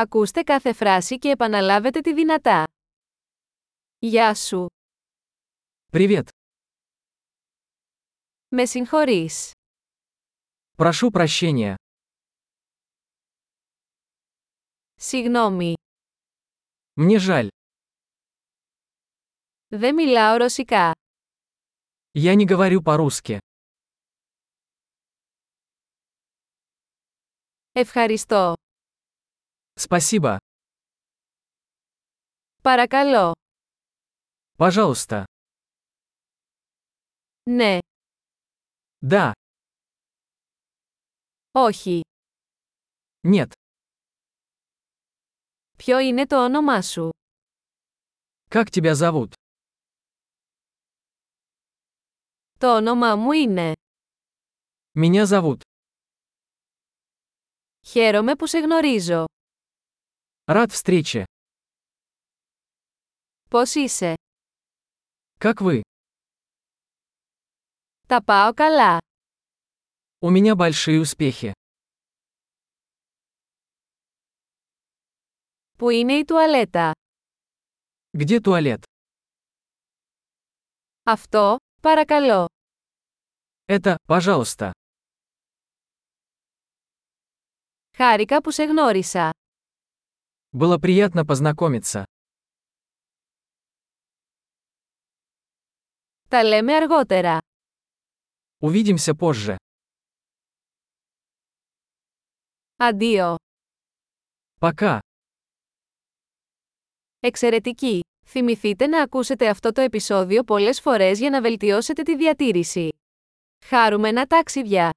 Ακούστε κάθε φράση και επαναλάβετε τη δυνατά. Γεια σου. Привет. Με συγχωρείς. Прошу прощения. Συγγνώμη. Мне жаль. Δεν μιλάω ρωσικά. Я не говорю по-русски. Ευχαριστώ. Спасибо. Παρακαλώ. Пожалуйста. Ναι. Да. Όχι. Нет. Ποιο είναι το όνομά σου. Как тебя зовут? Το όνομά μου είναι. Меня зовут. Χαίρομαι που σε γνωρίζω. Рад встрече. Πώς είσαι. Как вы? Τα πάω καλά. У меня большие успехи. Πού είναι η τουαλέτα. Где туалет? Αυτό, παρακαλώ. Это, пожалуйста. Χάρηκα που σε γνώρισα. Было приятно познакомиться. Τα λέμε αργότερα. Увидимся позже. Αντίο. Пока. Εξαιρετική! Θυμηθείτε να ακούσετε αυτό το επεισόδιο πολλές φορές για να βελτιώσετε τη διατήρηση. Χάρουμενα ταξίδια!